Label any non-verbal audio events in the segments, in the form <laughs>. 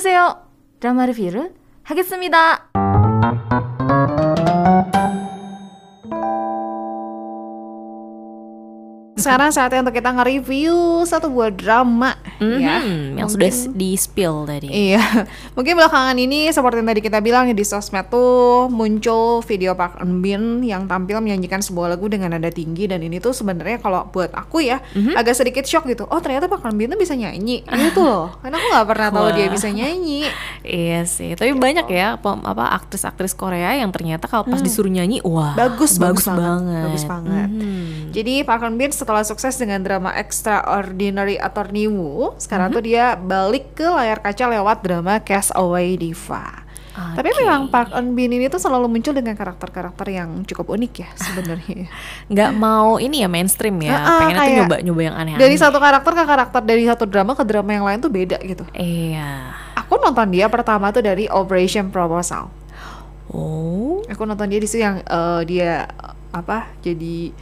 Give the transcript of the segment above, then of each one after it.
보세요. 어, 드라마 리뷰를 하겠습니다. Sekarang saatnya untuk kita nge-review satu buah drama ya. Mhm, yang sudah s- di spill tadi. Iya, mungkin belakangan ini seperti yang tadi kita bilang ya di sosmed tuh muncul video Park Eun Bin yang tampil menyanyikan sebuah lagu dengan nada tinggi dan ini tuh sebenarnya kalau buat aku ya agak sedikit shock gitu. Oh ternyata Park Eun Bin tuh bisa nyanyi gitu loh, karena aku nggak pernah tahu dia bisa nyanyi. Iya sih, Gitu. tapi banyak ya pem- apa aktris-aktris Korea yang ternyata kalau pas disuruh nyanyi, Hmm. wah Bagus, bagus banget, banget, bagus banget. Mhm. Jadi Park Eun Bin setelah sukses dengan drama Extraordinary Attorney Woo, Mhm. sekarang tuh dia balik ke layar kaca lewat drama Castaway Diva. Tapi Oke. memang Park Eun Bin ini tuh selalu muncul dengan karakter-karakter yang cukup unik ya <laughs> sebenarnya. nggak mau ini ya mainstream Ah, ya, ah, pengennya tuh kayak nyoba-nyoba yang aneh-aneh. dari satu karakter ke karakter, dari satu drama ke drama yang lain tuh beda gitu. Iya. Aku nonton dia pertama tuh dari Operation Proposal. Oh. Aku nonton dia di situ yang eh, dia eh, apa? Jadi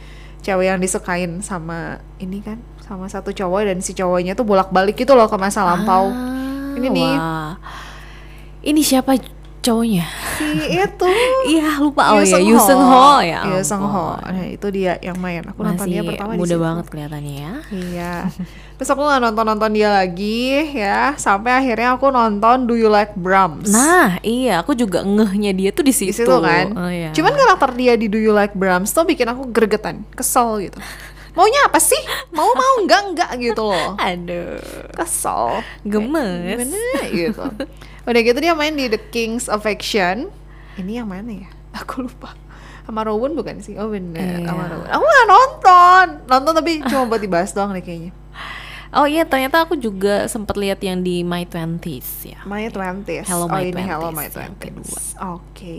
cewek yang disukain sama ini kan sama satu cowok dan si cowoknya tuh bolak-balik gitu loh ke masa lampau. Ah, Ini nih. wah. Ini siapa cowoknya? <laughs> Si itu Iya, lupa oh ya, Seung Yoo Seung Ho ya. Yoo Seung Ho. ampun. Nah, itu dia yang main. Aku nonton Masih dia pertama di muda situ. banget kelihatannya ya. <laughs> Iya. Terus aku nggak nonton-nonton dia lagi ya, sampai akhirnya aku nonton Do You Like Brahms. Nah, iya, aku juga ngehnya dia tuh di situ. di situ kan. Oh, iya. Cuman karakter dia di Do You Like Brahms tuh bikin aku gregetan, kesel gitu. Maunya apa sih? Mau mau enggak enggak gitu loh. aduh, Kesel. gemes. Gimana gitu. Udah gitu dia main di The King's Affection. Ini yang mana ya? <laughs> Aku lupa. Sama Rowan bukan sih? Oh bener, Iya. sama Rowan. Aku gak nonton. Nonton tapi cuma buat dibahas doang deh kayaknya. Oh iya, ternyata aku juga sempat lihat yang di My Twenties ya. My Twenties. Hello, oh, My ini Hello My Twenties, yang kedua. Twenties. Oke.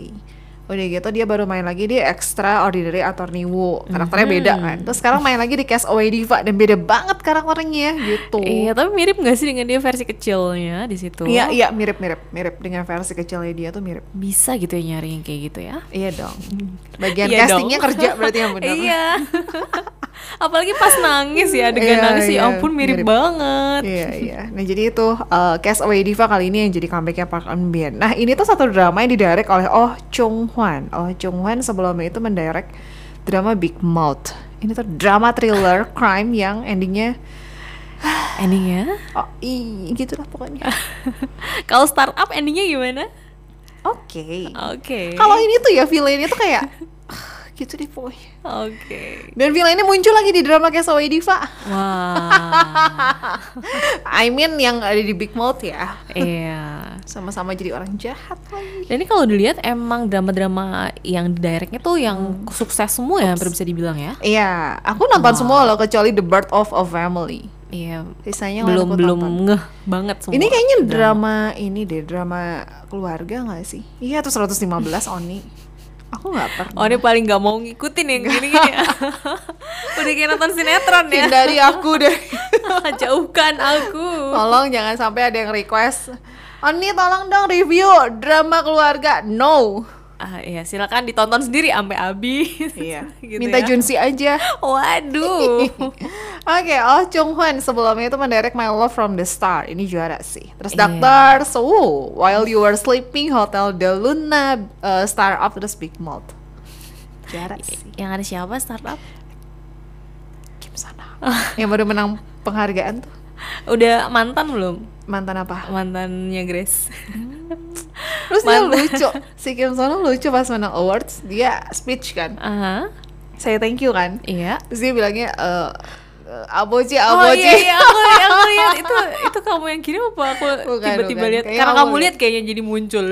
Udah gitu dia baru main lagi di Extraordinary Attorney Woo. Karakternya beda Hmm. kan. Terus sekarang main lagi di Castaway Diva dan beda banget karakternya gitu. Iya, tapi mirip gak sih dengan dia versi kecilnya di situ? Iya, iya, mirip-mirip, mirip dengan versi kecilnya dia tuh mirip. Bisa gitu ya nyari yang kayak gitu ya? Iya dong. Bagian Iya dong. castingnya kerja berarti <laughs> yang benar. iya. Apalagi pas nangis ya, adegan Iya, nangis iya, ya ampun mirip, mirip. banget. Iya iya. Nah jadi itu uh, Castaway Diva kali ini yang jadi comebacknya Park Eun Bin. Nah ini tuh satu drama yang didirect oleh Oh Chung Hwan. Oh Chung Hwan sebelumnya itu mendirect drama Big Mouth. Ini tuh drama thriller crime yang endingnya Endingnya? oh i gitu lah pokoknya. <laughs> Kalau startup endingnya gimana? Oke. Oke. Kalau ini tuh ya villainnya tuh kayak ah, gitu deh pokoknya. Oke. Dan villainnya muncul lagi di drama Castaway Diva. <laughs> Wah. <laughs> I mean yang ada di Big Mouth ya. iya. Sama-sama jadi orang jahat lagi. Dan ini kalau dilihat emang drama-drama yang di directnya tuh Hmm. yang sukses semua ya, hampir bisa dibilang ya. Iya, aku nonton semua loh kecuali The Birth of a Family. Iya. Sisanya nggak belum aku belum tonton. ngeh banget semua. Ini kayaknya drama ini deh, drama keluarga nggak sih? Iya, tuh 115 Oni. Aku nggak pernah. Oh ini paling nggak mau ngikutin yang gini-gini ya. Udah kayak nonton sinetron ya Hindari aku deh. <laughs> <laughs> Jauhkan aku tolong jangan sampai ada yang request. Oni tolong dong review drama keluarga. No. ah, ya silakan ditonton sendiri sampai habis Iya. <laughs> Gitu Minta ya. Junsi aja. <laughs> Waduh Oke, Oh Chung Hwan sebelumnya itu mendirect My Love from the Star. Ini juara sih. Terus Iya. Doctor Who, While You Were Sleeping, Hotel de Luna, uh, Star Up, terus Big Mouth. Juara sih. Yang ada siapa startup? Kim Sana. Yang baru menang penghargaan tuh. Udah mantan belum? Mantan apa? Mantannya Grace Terus dia Oh, Mantan. lucu. Si Kim Sana lucu pas menang awards. Dia speech kan. Aha, Saya thank you kan. Iya Terus dia bilangnya, eh Aboji, Oh Aboji. iya, iya aku lihat, aku lihat itu itu kamu yang kirim apa aku Bukan, tiba-tiba bukan. lihat Kayaknya karena kamu kamu lihat. lihat kayaknya jadi muncul.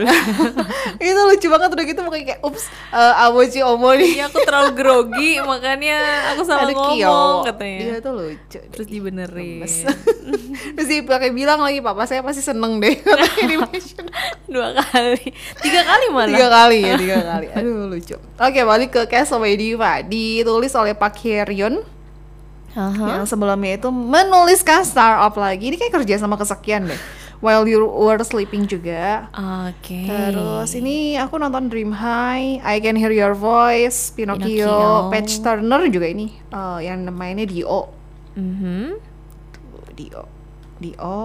<laughs> itu lucu banget udah gitu mukanya kayak ups eh, aboji omori Iya aku terlalu grogi makanya <laughs> aku salah Ada ngomong Kyo. katanya. Dia tuh lucu. Terus dibenerin. Gemes. <laughs> Terus dia pakai bilang lagi papa saya pasti seneng <laughs> deh katanya di mention. <laughs> Dua kali. Tiga kali malah. tiga kali ya tiga kali. Aduh lucu. Oke balik ke Castaway Diva ditulis oleh Park Hye-ryun Aha. yang sebelumnya itu menuliskan startup lagi. Ini kayak kerja sama kesekian deh. While you were sleeping juga. Oke. Terus ini aku nonton Dream High, I Can Hear Your Voice, Pinocchio, Pinocchio. Patch Turner juga ini eh, yang mainnya Dio. Mhm. Dio Dio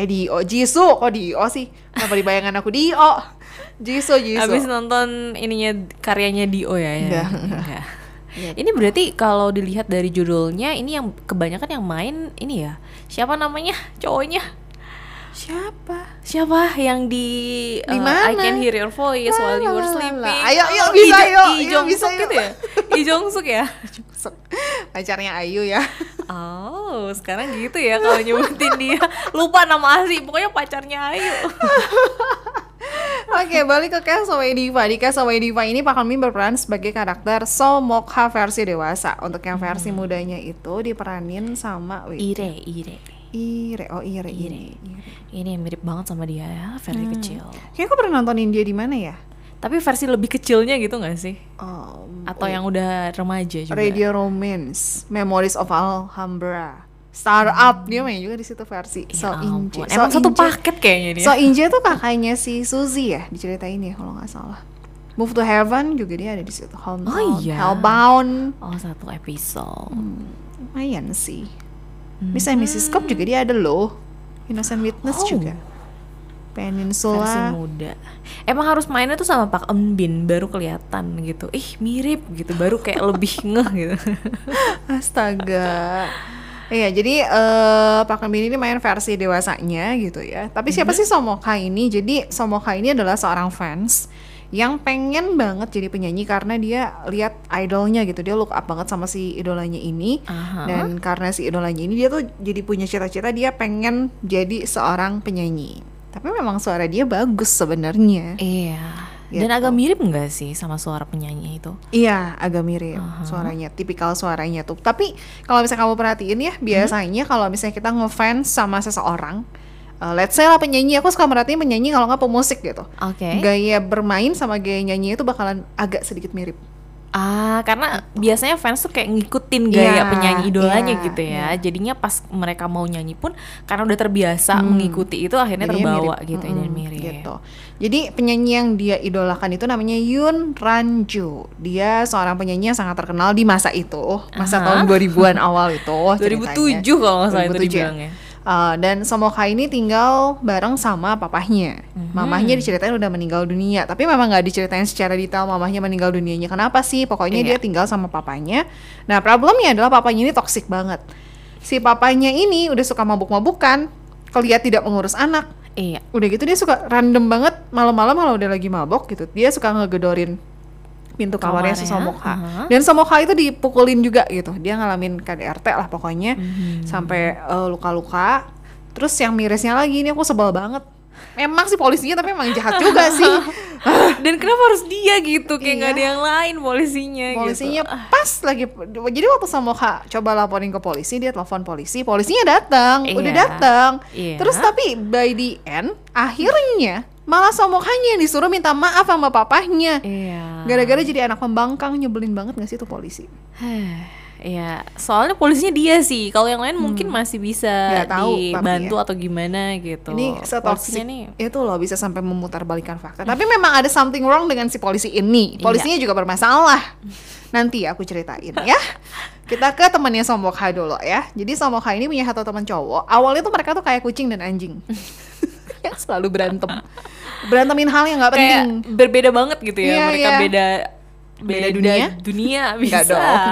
eh Dio Jisoo kok Dio sih kenapa di bayangan aku Dio Jisoo Jisoo Abis nonton ininya karyanya Dio Iya, ya. ya? Enggak. <laughs> Iya. Enggak. Ini berarti kalau dilihat dari judulnya ini yang kebanyakan yang main ini ya. Siapa namanya? Cowoknya. siapa <laughs> Siapa yang di Di uh, mana? I can hear your voice La, while you la, la, were la. sleeping. Ayo, Oh, yuk, bisa, Ij- yuk, Ij yuk, Jong bisa, Suk yuk. itu <laughs> ya? Ij Jong Suk ya? Sok. pacarnya Ayu ya <laughs> Oh, sekarang gitu ya kalau nyebutin dia. Lupa nama asli, pokoknya pacarnya Ayu. Oke, balik ke Casaway Diva. Di Casaway Diva ini Pak Kami berperan sebagai karakter Somokha versi dewasa. Untuk yang versi mudanya itu diperanin sama wait, Ire, Ire. Ire. Oh, Ire, Ire. Ini yang mirip banget sama dia ya, versi kecil. Kayaknya aku pernah nontonin dia di mana ya? Tapi versi lebih kecilnya gitu gak sih? Um, Atau yang udah remaja juga? Radio Romance, Memories of Alhambra, Startup dia main juga di situ versi. Ya so Inje. ampun, Emang So satu Inje- paket ya? kayaknya dia. So Inje tuh kakaknya si Suzy ya, diceritain ya kalau nggak salah. Move to Heaven juga dia ada di situ. Hometown, iya. Hellbound. oh, satu episode. Hmm. lumayan sih. Miss and Mrs. Cop juga dia ada loh. Innocent Witness Hmm. Oh. juga. Versi Peninsula. muda. Emang harus mainnya tuh sama Pak Embin baru kelihatan gitu. Ih, mirip gitu. Baru kayak lebih ngeh <laughs> gitu. Astaga. Iya, jadi eh Pak Kambin ini main versi dewasanya gitu ya. Tapi siapa sih Somoka ini? Jadi Somoka ini adalah seorang fans yang pengen banget jadi penyanyi karena dia lihat idolnya gitu. Dia look up banget sama si idolanya ini. Aha. Dan karena si idolanya ini dia tuh jadi punya cita-cita dia pengen jadi seorang penyanyi. Tapi memang suara dia bagus sebenarnya. Iya. Gitu. Dan agak mirip nggak sih sama suara penyanyi itu? Iya, agak mirip suaranya, tipikal suaranya tuh. Tapi kalau misalnya kamu perhatiin Mhm. ya, biasanya kalau misalnya kita ngefans sama seseorang, eh, let's say lah penyanyi, aku suka merhatiin penyanyi kalau nggak pemusik gitu. Oke. Gaya bermain sama gaya nyanyi itu bakalan agak sedikit mirip. Ah, karena biasanya fans tuh kayak ngikutin Iya, gaya penyanyi idolanya iya, gitu ya. Jadinya pas mereka mau nyanyi pun karena udah terbiasa mengikuti itu akhirnya Hmm. Jadinya terbawa mirip. gitu ya, Mm-mm, dan mirip. gitu. Jadi penyanyi yang dia idolakan itu namanya Yoon Ranju. Dia seorang penyanyi yang sangat terkenal di masa itu, masa Aha. tahun 2000-an awal <laughs> itu. ceritanya. 2007 kalau nggak salah itu 2007 ya. dibilangnya. Uh, dan Somoka ini tinggal bareng sama papahnya. Mamahnya diceritain udah meninggal dunia, tapi memang nggak diceritain secara detail mamahnya meninggal dunianya. Kenapa sih? Pokoknya dia Iya. tinggal sama papanya. Nah, problemnya adalah papanya ini toksik banget. Si papanya ini udah suka mabuk-mabukan, kelihatan tidak mengurus anak. <gasps> Iya. Udah gitu dia suka random banget malam-malam kalau udah lagi mabok gitu. Dia suka ngegedorin pintu kamarnya si Kamarnya, Somoka. aha. Dan Somoka itu dipukulin juga gitu. Dia ngalamin KDRT lah pokoknya sampai eh, luka-luka. Terus yang mirisnya lagi ini aku sebel banget. Memang sih polisinya tapi emang jahat juga sih. Dan kenapa harus dia gitu? Kayak nggak Iya. ada yang lain polisinya. gitu. Polisinya pas lagi jadi waktu Somoka coba laporin ke polisi, dia telepon polisi, polisinya datang, udah Iya. datang. Iya. Terus tapi by the end akhirnya malah Somokanya yang disuruh minta maaf sama papahnya. Iya. Gara-gara jadi anak pembangkang nyebelin banget gak sih tuh polisi? Heh, <sighs> Iya, soalnya polisinya dia sih. Kalau yang lain mungkin masih bisa Hmm. Nggak tahu, tapi ya. dibantu atau gimana gitu. Ini polisinya setoksik nih. itu loh bisa sampai memutarbalikan fakta. Tapi memang ada something wrong dengan si polisi ini. Iya. Polisinya juga bermasalah. Nanti ya aku ceritain ya. Kita ke temannya Somokha dulu ya. Jadi Somokha ini punya satu teman cowok. Awalnya tuh mereka tuh kayak kucing dan anjing. <laughs> yang selalu berantem. Berantemin hal yang nggak Kayak penting. berbeda banget gitu ya. Iya, Mereka iya. beda Beda dunia? dunia <laughs> bisa. Nggak dong.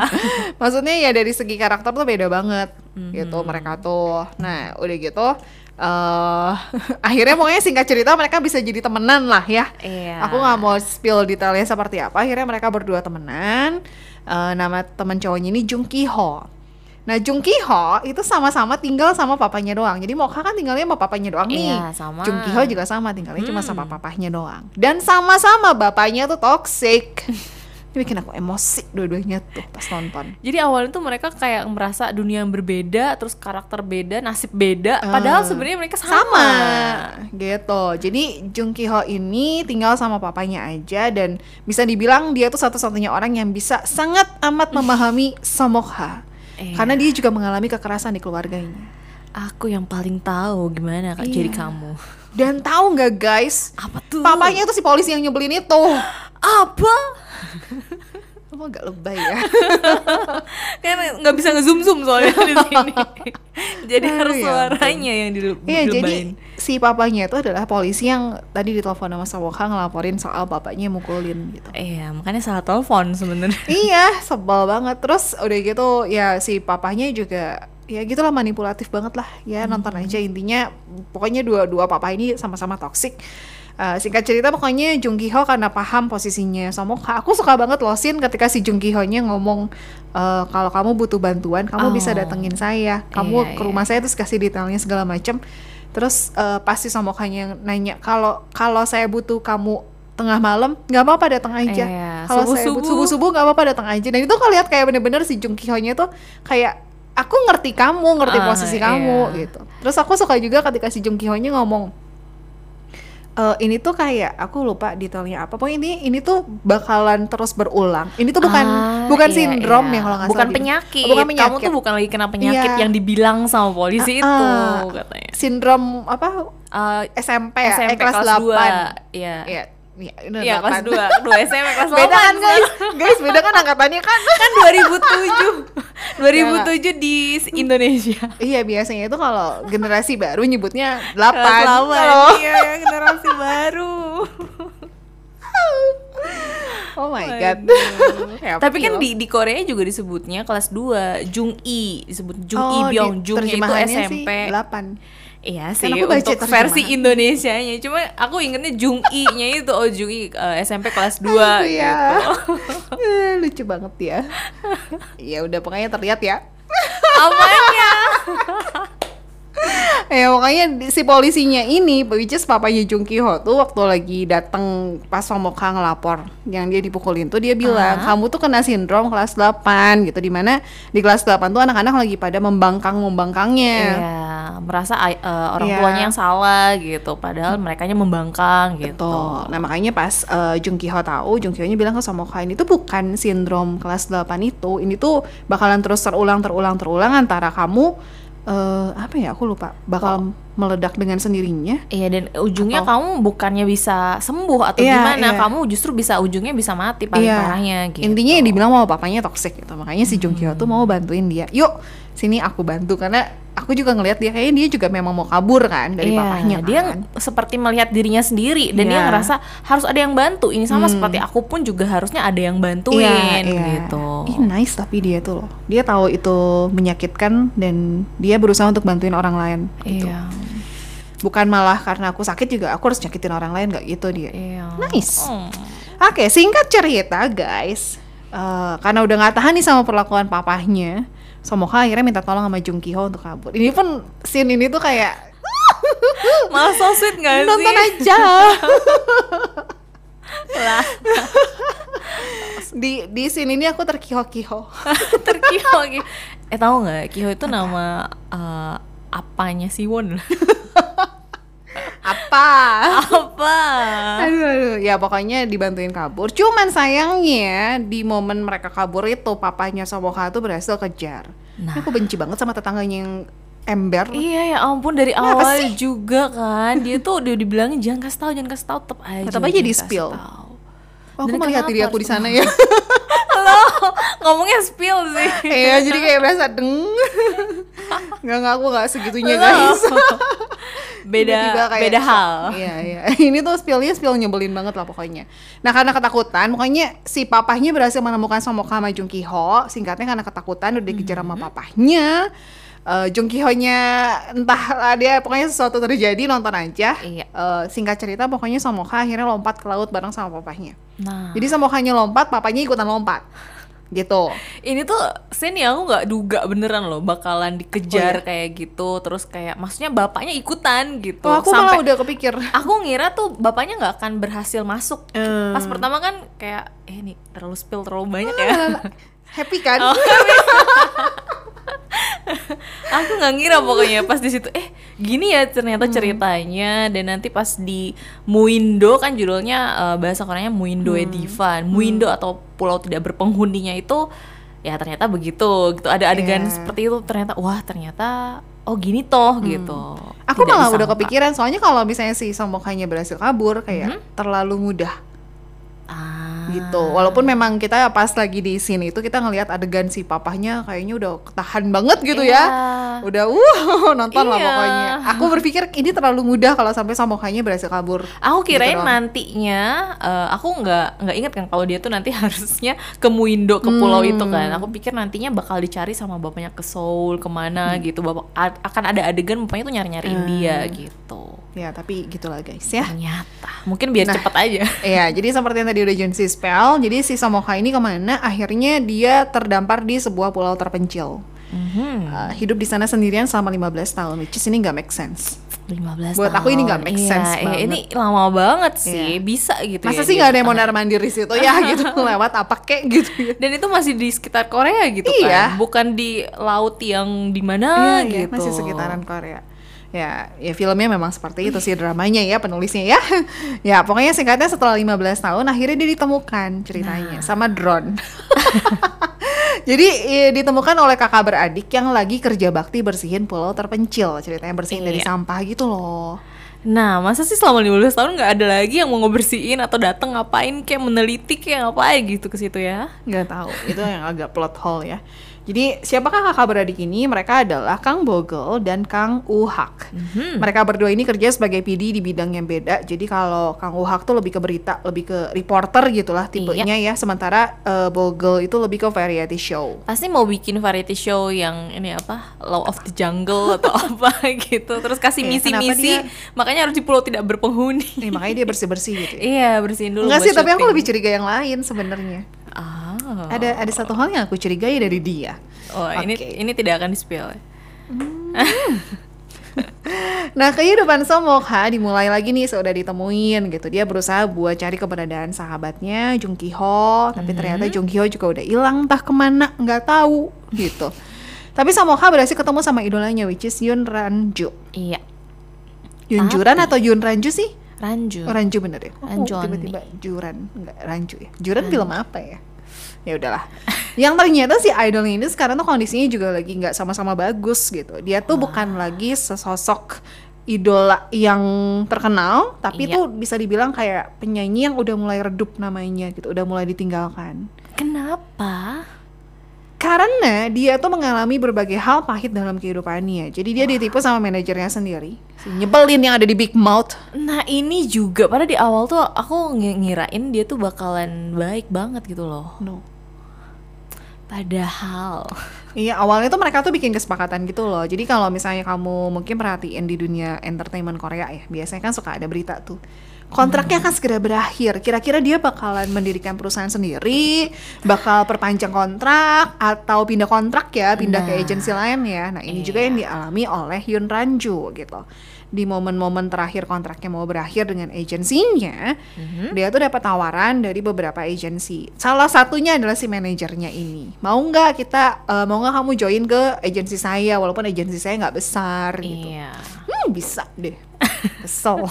Maksudnya ya dari segi karakter tuh beda banget Mhm. gitu mereka tuh. Nah, udah gitu eh <laughs> akhirnya pokoknya singkat cerita mereka bisa jadi temenan lah ya. Iya. Aku nggak mau spill detailnya seperti apa. Akhirnya mereka berdua temenan. Eh, nama teman cowoknya ini Jung Ki Ho. Nah, Jung Ki Ho itu sama-sama tinggal sama papanya doang. Jadi Mokha kan tinggalnya sama papanya doang nih. Iya, sama. Hmm. Jung Ki Ho juga sama tinggalnya cuma sama papahnya doang. Dan sama-sama bapaknya tuh <laughs> toxic. Ini bikin aku emosi dua-duanya tuh pas nonton. Jadi awalnya tuh mereka kayak merasa dunia yang berbeda, terus karakter beda, nasib beda. Padahal sebenarnya mereka sama. Ah. sama gitu jadi Jung Ki Ho ini tinggal sama papanya aja dan bisa dibilang dia tuh satu-satunya orang yang bisa sangat amat <laughs> memahami Samokha Iya. karena dia juga mengalami kekerasan di keluarganya Aku yang paling tahu gimana kak Iya. jadi kamu. dan tahu nggak guys Apa tuh? <gasps> papanya tuh si polisi yang nyebelin itu apa? Kamu agak lebay ya. kan nggak bisa ngezoom zoom soalnya <laughs> di sini jadi Aduh, harus ya suaranya yang dilebain Iya, jadi si papanya itu adalah polisi yang tadi ditelepon sama Sawoka ngelaporin soal bapaknya yang mukulin gitu. iya makanya salah telepon sebenarnya <laughs> iya, sebel banget. Terus udah gitu ya si papahnya juga ya gitulah manipulatif banget lah. Ya Hmm, nonton aja intinya pokoknya dua-dua papa ini sama-sama toksik. Eh, singkat cerita pokoknya Jung Ki Ho karena paham posisinya Somoka. Aku suka banget loh scene ketika si Jung Ki Ho-nya ngomong eh, kalau kamu butuh bantuan, kamu bisa Oh. datengin saya. Kamu Iya, ke rumah saya terus kasih detailnya segala macam. Terus eh, pasti Somokanya yang nanya kalau kalau saya butuh kamu tengah malam, nggak apa-apa datang aja. Iya, Kalau saya subuh-subuh. butuh subuh-subuh nggak apa-apa datang aja. Dan itu kalau lihat kayak bener-bener si Jung Ki Ho-nya tuh kayak aku ngerti kamu, ngerti Ah, posisi iya. kamu gitu. Terus aku suka juga ketika si Jung Ki Ho-nya ngomong "Eh, ini tuh kayak aku lupa detailnya apa. Pokoknya ini ini tuh bakalan terus berulang. Ini tuh bukan Ah, bukan iya, sindrom iya. yang kalau nggak bukan salah di- penyakit. Oh, bukan kamu penyakit. tuh bukan lagi kena penyakit Iya. yang dibilang sama Ah, polisi itu ah. katanya sindrom apa Eh, SMP, ya? Eh, SMP kelas, 8. 2 Iya Iya, iya, ini Iya kelas 8. <laughs> 2 2 SMP kelas 8 Beda kan guys? guys, beda kan angkatannya kan? kan <laughs> 2007 2007 di Indonesia Iya biasanya itu kalau generasi baru nyebutnya Oh, 8 Kelas Halo. 8 Iya <laughs> generasi baru Oh my god Ya, Tapi kan ampun. di, di Korea juga disebutnya kelas 2 Jung I disebut Jung I Oh, di Byung Jung ya, itu terjemahannya SMP sih 8 Iya sih Kan aku baca untuk terjemahan. versi Indonesianya Cuma aku ingetnya Jung I-nya itu Oh Jung I eh, SMP <laughs> kelas 2 Aduh, ya. gitu <laughs> Eh, Lucu banget ya <laughs> Ya udah pokoknya terlihat ya Apanya? <laughs> Ya pokoknya di- si polisinya ini Which is papanya Jung Ki Ho tuh Waktu lagi dateng pas Somoka ngelapor Yang dia dipukulin tuh dia bilang Kamu tuh kena sindrom kelas 8 gitu Dimana di kelas 8 tuh anak-anak lagi pada membangkang-membangkangnya Iya, merasa ai- eh, orang Iya. tuanya yang salah gitu, padahal merekanya membangkang gitu. Betul. Nah makanya pas eh, Jung Ki Ho tahu, Jung Ki Ho-nya bilang ke Somoka ini tuh bukan sindrom kelas 8 itu, ini tuh bakalan terus terulang terulang terulang antara kamu eh apa ya aku lupa Oh. bakal meledak dengan sendirinya. Iya dan ujungnya kamu bukannya bisa sembuh atau Iya, gimana, iya. kamu justru bisa ujungnya bisa mati paling Iya. parahnya gitu. Hmm. Intinya yang dibilang mau papanya toxic gitu. Makanya si Jung Ki Ho tuh mau bantuin dia. Yuk sini aku bantu karena aku juga ngelihat dia kayaknya dia juga memang mau kabur kan dari Iya, papanya. dia kan. seperti melihat dirinya sendiri dan dia Iya. Hmm. ngerasa harus ada yang bantu. Ini sama seperti aku pun juga harusnya ada yang Iya, bantuin gitu. Ih, nice tapi dia tuh loh. Dia tahu itu menyakitkan dan dia berusaha untuk bantuin orang lain. gitu. Iya. Bukan malah karena aku sakit juga aku harus nyakitin orang lain nggak gitu dia. Iya. Nice. Hmm. Oke, singkat cerita guys. Eh, karena udah nggak tahan nih sama perlakuan papahnya, Somoka akhirnya minta tolong sama Jung Ki Ho untuk kabur. Ini pun scene ini tuh kayak Malah so sweet gak nonton sih? aja. Lah, di di scene ini aku terkiho-kiho. <laughs> Terkiho gitu. Eh tahu nggak Kiho itu nama eh, apanya <laughs> Siwon? Apa? Apa? Aduh, aduh, ya pokoknya dibantuin kabur. Cuman sayangnya di momen mereka kabur itu papanya Somoka tuh berhasil kejar. Nah. Aku benci banget sama tetangganya yang ember. Iya ya ampun dari Kenapa awal sih? juga kan dia tuh udah dibilangin jangan kasih tahu jangan kasih tahu tetap aja. Tetep aja jangan di kasih spill. tahu." Oh, aku Dan melihat kenapa diri aku di harus sana <laughs> ya. Lo ngomongnya spill sih. Iya, jadi kayak berasa deng. <laughs> Enggak enggak aku enggak segitunya, guys. <laughs> beda Tiba-tiba kayak beda shock. hal. Iya, iya. <laughs> Ini tuh spillnya spill nyebelin banget lah pokoknya. Nah, karena ketakutan, pokoknya si papahnya berhasil menemukan Somoka sama Jung Ki Ho. Singkatnya karena ketakutan udah dikejar sama Mhm. papahnya. Eh Jung Ki Ho-nya entah dia pokoknya sesuatu terjadi nonton aja. Iya. Eh, singkat cerita pokoknya Somoka akhirnya lompat ke laut bareng sama papahnya. Nah, Jadi Somokanya lompat, papahnya ikutan lompat. Gitu. ini tuh scene yang aku nggak duga beneran loh bakalan dikejar kayak gitu, terus kayak maksudnya bapaknya ikutan gitu. Oh, aku sampai malah udah kepikir. aku ngira tuh bapaknya nggak akan berhasil masuk. Eh. Pas Hmm. pertama kan kayak eh nih terlalu spill terlalu banyak ya. <laughs> Happy kan? Oh, aku nggak ngira pokoknya pas di situ eh gini ya ternyata Hmm. ceritanya dan nanti pas di Muindo kan judulnya eh, bahasa Koreanya Muindo Hmm. Edivan Muindo atau pulau tidak berpenghuninya itu ya ternyata begitu gitu ada adegan Iya. Hmm. seperti itu ternyata wah ternyata oh gini toh gitu Aku Tidak malah udah disangka. kepikiran soalnya kalau misalnya si Sombok hanya berhasil kabur kayak terlalu mudah. Mm-hmm. ah, gitu. Walaupun memang kita pas lagi di sini itu kita ngelihat adegan si papahnya kayaknya udah ketahan banget gitu ya. Udah uh <laughs> nonton lah Iya. pokoknya. Aku berpikir ini terlalu mudah kalau sampai Samokanya berhasil kabur. Aku kirain Gitu doang. nantinya eh, aku nggak nggak ingat kan kalau dia tuh nanti <laughs> harusnya ke Muindo ke pulau itu Hmm. kan. Aku pikir nantinya bakal dicari sama bapaknya ke Seoul kemana Hmm. gitu. Bapak a- akan ada adegan bapaknya tuh nyari nyariin Ah. dia gitu. Ya, tapi gitulah guys ya. Ternyata mungkin biar cepet aja. Iya, jadi seperti yang tadi udah John Spell, jadi si Samoka ini kemana? Akhirnya dia terdampar di sebuah pulau terpencil. Hmm. Uh, hidup di sana sendirian selama 15 tahun, which is ini nggak make sense. 15 Buat aku ini nggak tahun. make Iya, sense iya, banget. Iya. ini lama banget sih. Bisa gitu Masa sih ya dia nggak ada yang bertahan. mau mondar mandir di situ ya <laughs> gitu lewat apa kek gitu ya. dan itu masih di sekitar Korea gitu Iya. kan bukan di laut yang Iya, di mana iya, gitu masih sekitaran Korea. Ya, ya filmnya memang seperti itu sih dramanya ya penulisnya ya. <laughs> ya, pokoknya singkatnya setelah 15 tahun akhirnya dia ditemukan ceritanya Nah. sama drone. <laughs> Jadi eh, ditemukan oleh kakak beradik yang lagi kerja bakti bersihin pulau terpencil, ceritanya bersihin dari Iya. sampah gitu loh. nah masa sih selama 15 tahun nggak ada lagi yang mau ngebersihin atau datang ngapain kayak meneliti kayak ngapain gitu ke situ ya nggak tahu itu yang agak plot hole ya jadi siapakah kakak beradik ini mereka adalah Kang Bogel dan Kang Uhak Mhm. mereka berdua ini kerja sebagai PD di bidang yang beda jadi kalau Kang Uhak tuh lebih ke berita lebih ke reporter gitulah Iya. tipenya ya sementara eh, Bogel itu lebih ke variety show pasti mau bikin variety show yang ini apa law of the jungle <laughs> atau apa gitu terus kasih Iya, kenapa misi-misi dia- makanya harus di pulau tidak berpenghuni Eh, makanya dia bersih bersih gitu ya. <laughs> iya bersihin dulu Enggak buat sih tapi aku syuting. lebih curiga yang lain sebenarnya ah ada ada satu hal yang aku curigai dari dia oh ini Oke. ini tidak akan ya? di spill Nah kehidupan Somokha dimulai lagi nih sudah ditemuin gitu Dia berusaha buat cari keberadaan sahabatnya Jung Ki Ho Tapi ternyata Jung Ki Ho juga udah hilang entah kemana nggak tahu gitu Tapi Somokha berhasil ketemu sama idolanya which is Yun Ranju iya Yun Juran atau Yun Ranju sih? Ranju Oh, Ranju bener ya? Oh, Ranjoni. Tiba-tiba Juran, nggak Ranju ya Juran film apa ya? Ya udahlah Yang ternyata si idolnya ini sekarang tuh kondisinya juga lagi nggak sama-sama bagus gitu Dia tuh bukan lagi sesosok idola yang terkenal Tapi Iya. tuh bisa dibilang kayak penyanyi yang udah mulai redup namanya gitu Udah mulai ditinggalkan kenapa karena dia tuh mengalami berbagai hal pahit dalam kehidupannya. Jadi dia ditipu sama manajernya sendiri. Si nyebelin yang ada di Big Mouth. Nah ini juga pada di awal tuh aku ngi- ngirain dia tuh bakalan baik banget gitu loh. No. Padahal Iya awalnya tuh mereka tuh bikin kesepakatan gitu loh Jadi kalau misalnya kamu mungkin perhatiin di dunia entertainment Korea ya Biasanya kan suka ada berita tuh Kontraknya akan segera berakhir Kira-kira dia bakalan mendirikan perusahaan sendiri Bakal perpanjang kontrak Atau pindah kontrak ya Pindah ke agensi lain ya Nah ini juga yang dialami oleh Yun Ranju gitu di momen-momen terakhir kontraknya mau berakhir dengan agensinya, dia tuh dapat tawaran dari beberapa agensi. Salah satunya adalah si manajernya ini. Mau nggak kita, eh, mau nggak kamu join ke agensi saya, walaupun agensi saya nggak besar gitu. iya. Hmm, bisa deh. <laughs> Kesel.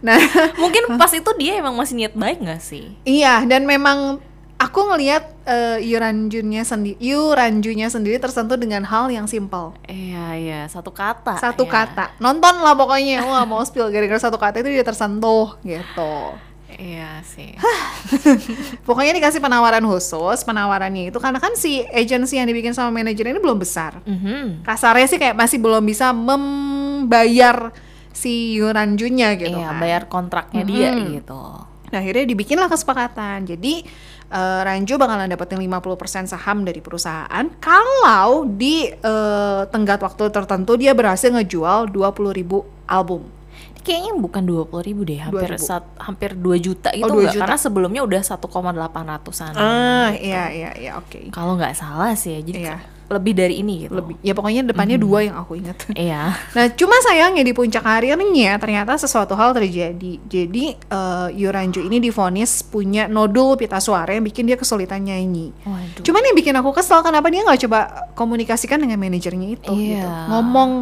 nah, <laughs> Mungkin pas itu dia emang masih niat baik nggak sih? iya dan memang aku ngelihat eh, Yuranjunya sendiri, Yuranjunya sendiri tersentuh dengan hal yang simpel. Iya iya satu kata. satu ya. kata nonton lah pokoknya aku nggak mau spill gara-gara satu kata itu dia tersentuh gitu Iya sih. pokoknya dikasih penawaran khusus penawarannya itu karena kan si agensi yang dibikin sama manajer ini belum besar Mhm. kasarnya sih kayak masih belum bisa membayar si Yuranjunya gitu Iya kan bayar kontraknya dia Mhm. gitu. Nah, akhirnya dibikinlah kesepakatan. Jadi eh, Ranjo bakalan dapetin 50% saham dari perusahaan kalau di eh, tenggat waktu tertentu dia berhasil ngejual 20.000 album. Kayaknya bukan dua puluh ribu deh, hampir 2.000. sat- hampir 2 juta gitu 2 nggak? Oh, juta. Karena sebelumnya udah 1,8 ratusan. Ah, gitu. iya iya iya oke. Kalau nggak salah sih ya, jadi Iya. lebih dari ini gitu. Lebih ya pokoknya depannya dua yang aku ingat. <laughs> Iya. Nah, cuma sayangnya di puncak karirnya ternyata sesuatu hal terjadi. Jadi eh, Yoranjo ini divonis punya nodul pita suara yang bikin dia kesulitan nyanyi. Waduh. Cuman yang bikin aku kesel kenapa dia nggak coba komunikasikan dengan manajernya itu Iya. gitu. Ngomong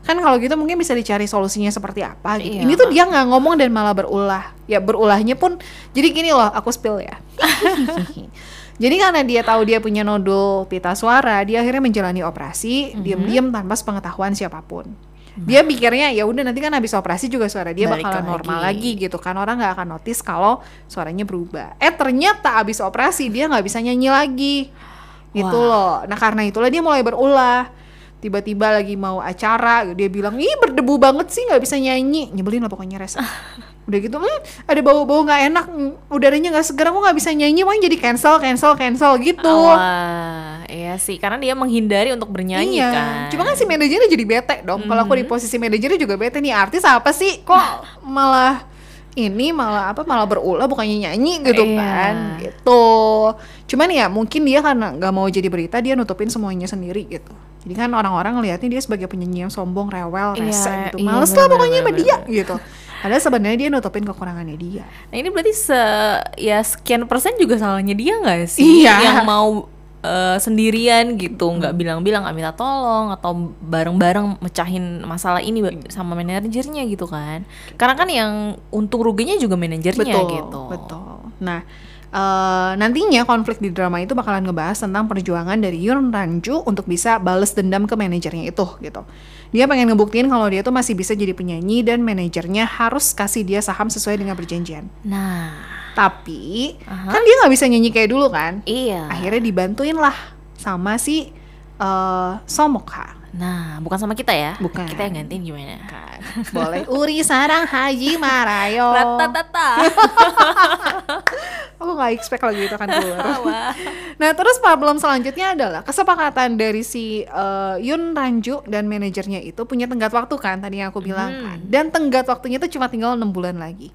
kan kalau gitu mungkin bisa dicari solusinya seperti apa gitu. Iya. Ini tuh dia nggak ngomong dan malah berulah. Ya berulahnya pun jadi gini loh, aku spill ya. jadi karena dia tahu dia punya Mhm. nodul pita suara, dia akhirnya menjalani operasi diam-diam tanpa sepengetahuan siapapun. Dia pikirnya ya udah nanti kan habis operasi juga suara dia Balik bakalan lagi. normal lagi gitu kan orang nggak akan notice kalau suaranya berubah. Eh ternyata habis operasi dia nggak bisa nyanyi lagi gitu loh. Nah karena itulah dia mulai berulah. Tiba-tiba lagi mau acara dia bilang ih berdebu banget sih nggak bisa nyanyi nyebelin lah pokoknya res. udah gitu hmm, ada bau-bau nggak enak hmm, udaranya nggak segar aku nggak bisa nyanyi makanya jadi cancel cancel cancel gitu. Wah, iya sih, karena dia menghindari untuk bernyanyi iya. kan. Mm-hmm. Cuma kan si manajernya jadi bete dong. Kalau aku di posisi manajernya juga bete nih. Artis apa sih kok malah ini malah apa malah berulah bukannya nyanyi gitu Iya. kan gitu. Cuman ya mungkin dia karena nggak mau jadi berita dia nutupin semuanya sendiri gitu. Jadi kan orang-orang ngelihatnya dia sebagai penyanyi yang sombong, rewel, Iya, rese gitu. iya, Males lah bener, pokoknya sama bener, dia gitu. Padahal sebenarnya dia nutupin kekurangannya dia. Nah ini berarti se ya sekian persen juga salahnya dia nggak sih Iya. Hmm. yang mau eh, sendirian gitu nggak bilang-bilang nggak minta tolong atau bareng-bareng mecahin masalah ini ba- Hmm. sama manajernya gitu kan karena kan yang untung ruginya juga manajernya betul, gitu Betul. Nah, eh, nantinya konflik di drama itu bakalan ngebahas tentang perjuangan dari Yun Ranju untuk bisa bales dendam ke manajernya itu gitu. Dia pengen ngebuktiin kalau dia tuh masih bisa jadi penyanyi dan manajernya harus kasih dia saham sesuai dengan perjanjian. nah Tapi Aha. kan dia nggak bisa nyanyi kayak dulu kan. iya Akhirnya dibantuin lah sama si eh, Somokha. <laughs> nah bukan sama kita ya Bukan. kita yang gantiin gimana Boleh Uri Sarang Haji Marayo. Ratatata Aku nggak expect kalau gitu kan keluar. <laughs> Wah. Nah, terus problem selanjutnya adalah kesepakatan dari si eh, Yun Ranju dan manajernya itu punya tenggat waktu kan tadi yang aku Hmm. bilang kan. Dan tenggat waktunya itu cuma tinggal enam bulan lagi.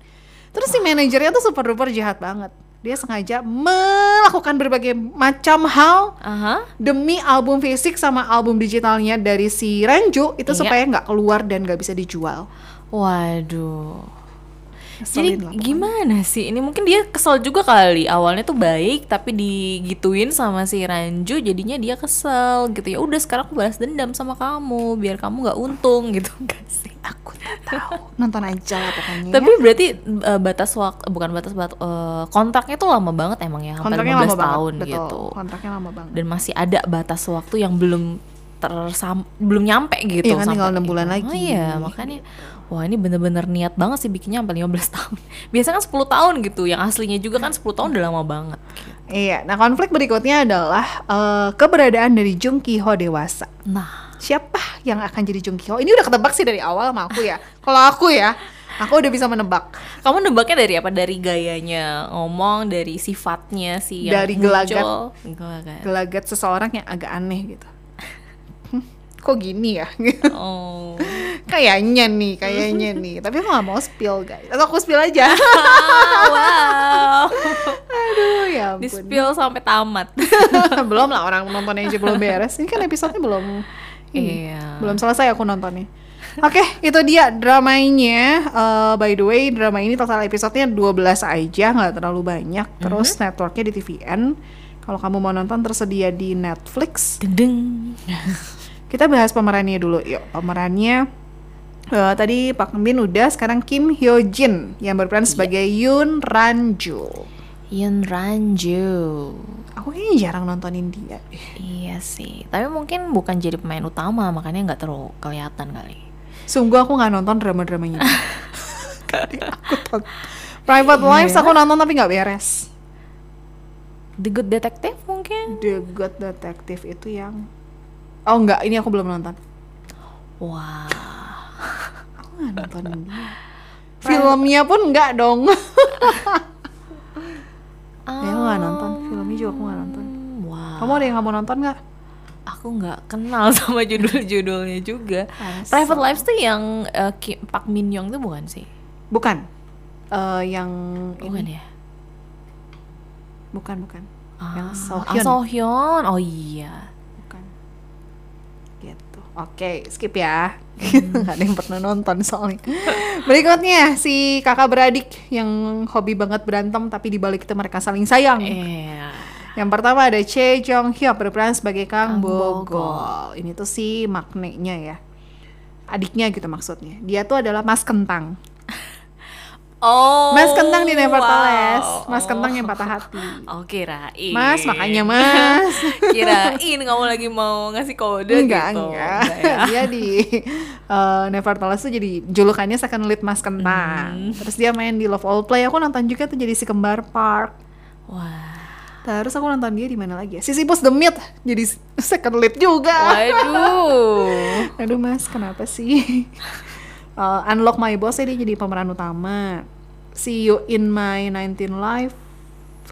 Terus si manajernya tuh super duper jahat banget. Dia sengaja melakukan berbagai macam hal <laughs> Aha. demi album fisik sama album digitalnya dari si Ranju itu Iya. supaya nggak keluar dan nggak bisa dijual. waduh Ngeselin Jadi lah. gimana sih? Ini mungkin dia kesel juga kali. Awalnya tuh baik, tapi digituin sama si Ranju, jadinya dia kesel gitu. Ya udah sekarang aku balas dendam sama kamu, biar kamu nggak untung <laughs> gitu Nggak sih? Aku. Tahu, nonton aja lah pokoknya. Iya. ya. Tapi berarti eh, batas waktu bukan batas bat, eh, kontraknya tuh lama banget emang ya, hampir 15 tahun betul. gitu. Kontraknya lama banget. Dan masih ada batas waktu yang belum tersam belum nyampe gitu Iya kan, tinggal sampai enam bulan itu. lagi. Oh iya, makanya wah ini bener-bener niat banget sih bikinnya sampai 15 <laughs> tahun. Biasanya kan 10 tahun gitu, yang aslinya juga kan 10 tahun udah lama banget. Iya, nah konflik berikutnya adalah eh, keberadaan dari Jung Ki-ho dewasa. Nah, Siapa yang akan jadi Jung Ki-ho? Ini udah ketebak sih dari awal sama aku <laughs> ya. Kalau aku ya, aku udah bisa menebak kamu nebaknya dari apa? Dari gayanya ngomong, dari sifatnya sih yang Dari gelagat. muncul. Gelagat. gelagat seseorang yang agak aneh gitu. Hmm, <laughs> Kok gini ya? <laughs> Oh. <laughs> kayaknya nih, kayaknya <laughs> nih. Tapi aku gak mau spill guys. Atau aku spill aja. Ah, wow. Aduh <laughs> ya ampun. Di spill sampai tamat. <laughs> belum lah orang nontonnya aja belum beres. Ini kan episodenya belum ini. Iya. Belum selesai aku nontonnya. Oke, itu dia dramanya. Eh, by the way, drama ini total episodenya 12 aja, nggak terlalu banyak. Terus networknya di TVN. Kalau kamu mau nonton tersedia di Netflix. Deng. Kita bahas pemerannya dulu. Yuk, pemerannya eh, tadi Pak Min udah, sekarang Kim Hyo Jin yang berperan sebagai Yoon Ranju. Yun Ranju. Aku kayaknya jarang nontonin dia. deh. Iya sih, tapi mungkin bukan jadi pemain utama, makanya nggak terlalu kelihatan kali. Sungguh aku nggak nonton drama-dramanya. dia. Kali aku tonton. Private Lives aku nonton tapi nggak beres. The Good Detective mungkin? The Good Detective itu yang Oh enggak, ini aku belum nonton. Wah, Aku nggak nonton <laughs> dia. Filmnya pun enggak dong. <laughs> ya, aku nggak nonton. Ah. Filmnya juga aku nggak nonton. wah, Kamu ada yang kamu nonton nggak? aku nggak kenal <laughs> sama judul-judulnya juga. Private Lives tuh yang eh, Ki- Park Min Young tuh bukan sih? Bukan. Eh, yang ini. Bukan ya? bukan bukan. yang Ah, So ah, Hyun. So Hyun. Oh iya. Bukan. Gitu. Oke, skip ya. <laughs> Hmm. Gak ada yang pernah nonton soalnya. Berikutnya si kakak beradik yang hobi banget berantem tapi dibalik itu mereka saling sayang. Iya. Yang pertama ada Choi Jong Hyuk berperan sebagai Kang Kang Bogol. Ini tuh si makneknya ya. Adiknya gitu maksudnya. Dia tuh adalah Mas Kentang. Oh. Mas Kentang di Never wow. Teles, Mas Kentang yang patah hati. Oh, kirain. Mas, <laughs> makanya Mas. kirain kamu lagi mau ngasih kode enggak, gitu. enggak. ya. <laughs> dia di uh, Never Teles tuh jadi julukannya second lead Mas Hmm. Kentang. Terus dia main di Love All Play, aku nonton juga tuh jadi si kembar Park. Wah. Terus aku nonton dia di mana lagi ya? Sisyphus the Myth jadi second lead juga. Waduh. Aduh mas, kenapa sih? Uh, Unlock My Boss dia jadi pemeran utama. See You in My 19 Life.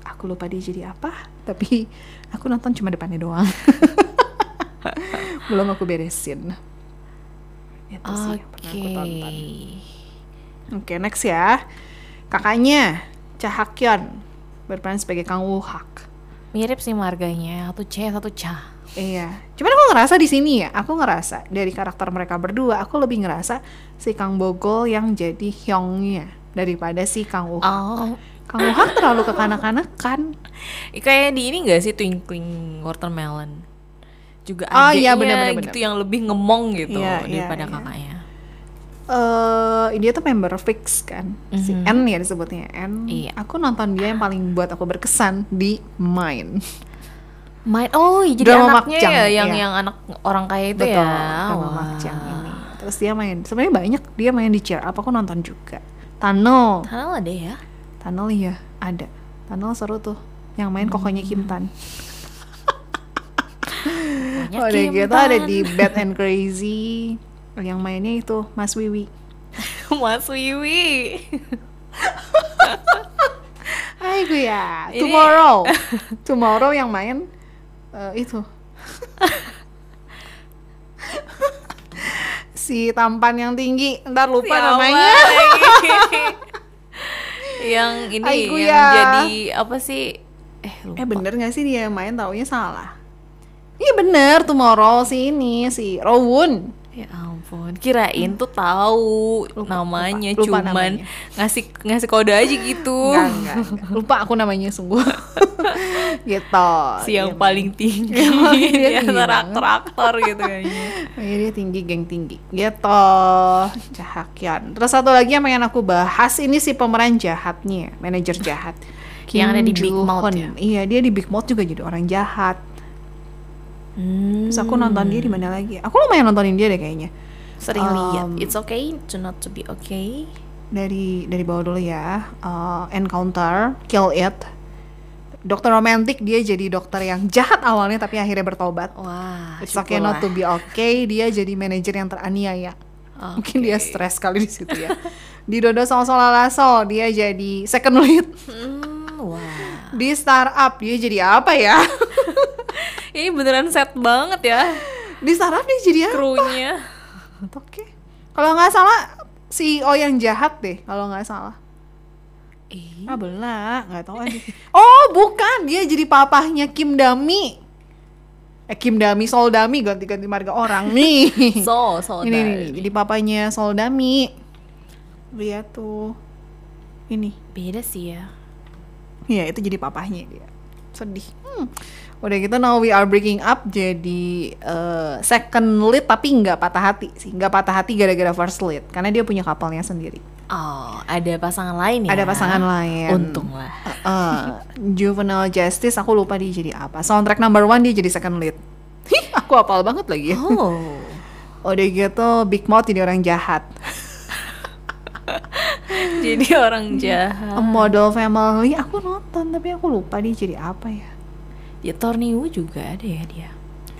Aku lupa dia jadi apa, tapi aku nonton cuma depannya doang. Belum aku beresin. Itu sih yang pernah aku Oke. tonton. Oke, next ya. Kakaknya, Cha Hakyon berperan sebagai Kang Woo Hak. Mirip sih marganya, satu C, satu C. Iya, cuman aku ngerasa di sini ya, aku ngerasa dari karakter mereka berdua, aku lebih ngerasa si Kang Bogol yang jadi Hyongnya daripada si Kang Woo. Oh. Kang Woo Hak terlalu kekanak-kanakan. Kayak di ini gak sih Twinkling Watermelon? Juga Oh, iya, adiknya bener-bener, gitu yang lebih ngemong gitu Iya, iya, daripada iya. kakaknya. Eh, dia tuh member fix kan, si Mhm. N ya disebutnya N. Iya. Aku nonton dia yang paling buat aku berkesan di Mine. Main oh jadi Drama anaknya makjang, ya yang iya. yang anak orang kaya itu Betul, ya. drama Wah. Makjang ini. Terus dia main, sebenarnya banyak dia main di Cheer Up, aku nonton juga. Tunnel, Tunnel ada ya? Tunnel iya ada. Tunnel seru tuh, yang main Hmm. kokonya Kim Tan. Pokoknya Oh, ada Kim gitu ada Tan. di Bad and Crazy yang mainnya itu Mas Wiwi. <laughs> Mas Wiwi. Hai gue ya. Ini- Tomorrow. Tomorrow yang main eh, itu. <laughs> si tampan yang tinggi, ntar lupa Siapa namanya. lagi? <laughs> yang ini Aiku yang ya. jadi apa sih? Eh lupa. Eh bener gak sih dia yang main taunya salah? Iya bener Tomorrow si ini si Rowun. Ya ampun, kirain tuh tahu namanya lupa, lupa cuman namanya. ngasih ngasih kode aja gitu. Enggak, enggak, enggak. Lupa aku namanya sungguh. <laughs> gitu. si yang Dia paling <laughs> tinggi Iya, dia di tinggi antara banget. aktor-aktor gitu <laughs> kayaknya. Iya dia tinggi, geng tinggi. Gitu. Cahakyan. Terus satu lagi yang pengen aku bahas ini si pemeran jahatnya, manajer jahat. Yang ada di Big Joo-hun. Mouth ya? Iya, dia di Big Mouth juga jadi orang jahat. Hmm. Terus aku nonton dia di mana lagi? Aku lumayan nontonin dia deh kayaknya. sering lihat. Um, It's okay to not to be okay. Dari dari bawah dulu ya. Uh, Encounter, Kill It. Dokter romantik dia jadi dokter yang jahat awalnya tapi akhirnya bertobat. Wah, It's okay not to be okay. Dia jadi manajer yang teraniaya. Mungkin dia stres kali di situ ya. di Dodo Sol Solalaso dia jadi second lead. Hmm, wah. Di startup dia jadi apa ya? Ini beneran set banget ya di startup dia jadi apa? krunya. <laughs> Oke. Kalau nggak salah CEO yang jahat deh kalau nggak salah. Eh, Ah bela, nggak tahu aja. Oh bukan, dia jadi papahnya Kim Dami. Eh Kim Dami, Sol Dami ganti-ganti marga orang nih. so, so ini nih, dari- jadi papanya Soldami dia tuh ini Beda sih ya. ya itu jadi papahnya dia sedih Hmm. udah gitu now we are breaking up jadi eh, second lead tapi nggak patah hati sih nggak patah hati gara-gara first lead karena dia punya kapalnya sendiri Oh, ada pasangan lain ya. ada pasangan lain Untung lah. Eh, eh, juvenile justice aku lupa dia jadi apa soundtrack number one dia jadi second lead Hih, aku apal banget lagi ya. <laughs> Oh. Udah gitu Big Mouth jadi orang jahat jadi orang jahat. A Model Family aku nonton tapi aku lupa dia jadi apa ya. Ya Torniu juga ada ya dia.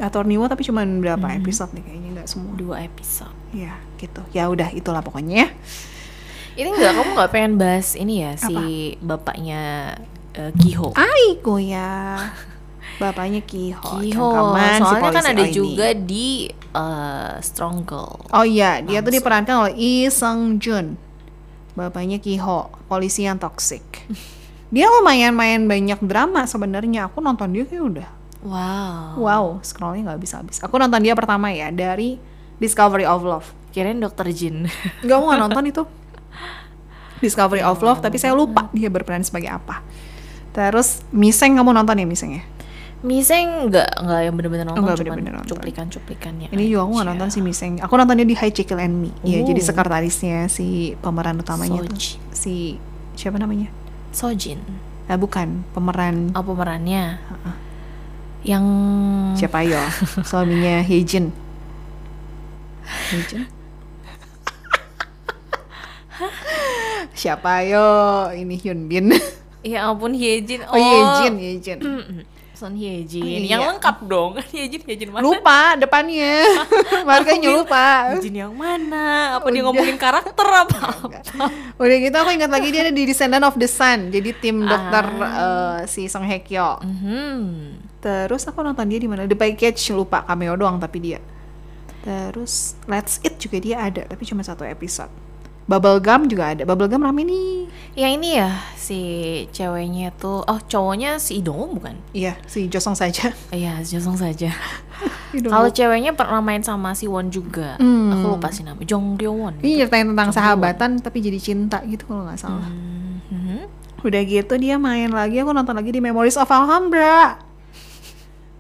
Attorney Wa tapi cuma berapa Hmm. episode nih kayaknya nggak semua. Dua episode. Ya gitu. Ya udah itulah pokoknya. ya. Ini enggak kamu nggak pengen bahas ini ya si bapaknya eh, Giho. Ai <laughs> ya. Bapaknya Kiho. Giho. cangkaman, si Soalnya kan polisi ada Oi ini. juga di eh, Strong Girl. Oh iya, dia tuh Langsung. diperankan oleh Lee Seung Jun. Bapaknya Kiho, polisi yang <laughs> toksik. Dia lumayan main banyak drama sebenarnya. Aku nonton dia kayak udah Wow. Wow, scrollnya nggak habis-habis. Aku nonton dia pertama ya dari Discovery of Love. Kirain dokter <laughs> Jin. Gak mau nggak nonton itu Discovery of Hmm. Love, tapi saya lupa dia berperan sebagai apa. Terus Miseng kamu nonton ya Miseng ya? Miseng nggak nggak yang bener-bener nonton, Nggak cuman bener-bener nonton. cuplikan-cuplikannya. Ini juga aku gak nonton si Miseng. Aku nontonnya di High Chicken and Me. Iya, Oh. jadi sekretarisnya si pemeran utamanya tuh. Soji. Si siapa namanya? Sojin, Ah, bukan pemeran apa perannya? Yang siapa <laughs> yo? Suaminya Heijin. <laughs> Heijin. siapa yo? Ini Hyunbin. Ya ampun Hyejin. <laughs> Oh, Oh, Hyejin, Hyejin. Son Hyejin. Iya. Yang lengkap dong. <laughs> Hyejin, Hyejin mana? Lupa depannya. Makanya lupa. Hyejin yang mana? Apa dia Udah. ngomongin karakter apa? Udah gitu aku ingat lagi dia ada di Descendant of the Sun. Jadi tim dokter eh, si Song Hye Kyo. Hmm. Terus aku nonton dia di mana? The Package lupa cameo doang tapi dia. Terus Let's Eat juga dia ada tapi cuma satu episode. Bubblegum juga ada. Bubblegum rame nih. Yang ini ya si ceweknya tuh. Oh cowoknya si Idong bukan? Iya, si Josong saja. <laughs> Iya, Josong saja. Idol. Kalau ceweknya pernah main sama si Won juga. Hmm. Iya. Aku lupa sih nama. Jong Ryowon. Ini nyeritain tentang sahabatan tapi jadi cinta gitu kalau nggak salah. Mhm. Mm-hmm. Udah gitu dia main lagi, aku nonton lagi di Memories of Alhambra.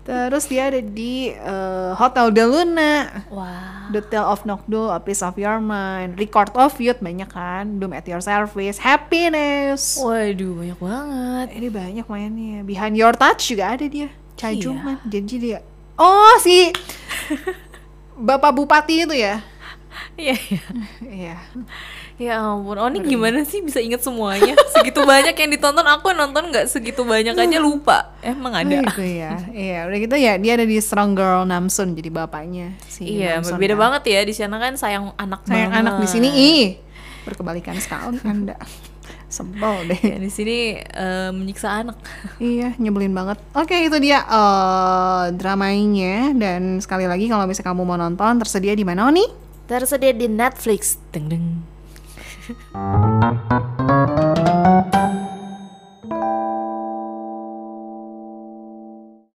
Terus dia ada di eh, Hotel de Luna. Wah. The Tale of Nokdo, A Piece of Your Mind, Record of Youth banyak kan, Bloom at Your Service, Happiness. Waduh, banyak banget. Oh, Ini banyak mainnya. Behind Your Touch juga ada dia. Chai Iya. Jungman. Jadi dia Oh, si <laughs> Bapak Bupati itu ya? Iya, iya. Iya. Ya ampun, oh ini gimana sih bisa ingat semuanya? Segitu banyak yang ditonton, aku nonton nggak segitu banyak aja Iya. lupa. Emang Oh, ada? Gitu <laughs> ya. Iya, udah gitu ya dia ada di Strong Girl Namsoon jadi bapaknya si Iya, Namsoon beda kan. banget ya di sana kan sayang anak Sayang banget. anak di sini ih berkebalikan sekali Anda. <laughs> Sebel deh. Ya, di sini eh, menyiksa anak. Iya, nyebelin banget. Oke, itu dia eh dramanya dan sekali lagi kalau misalnya kamu mau nonton tersedia di mana nih? Tersedia di Netflix. Deng deng.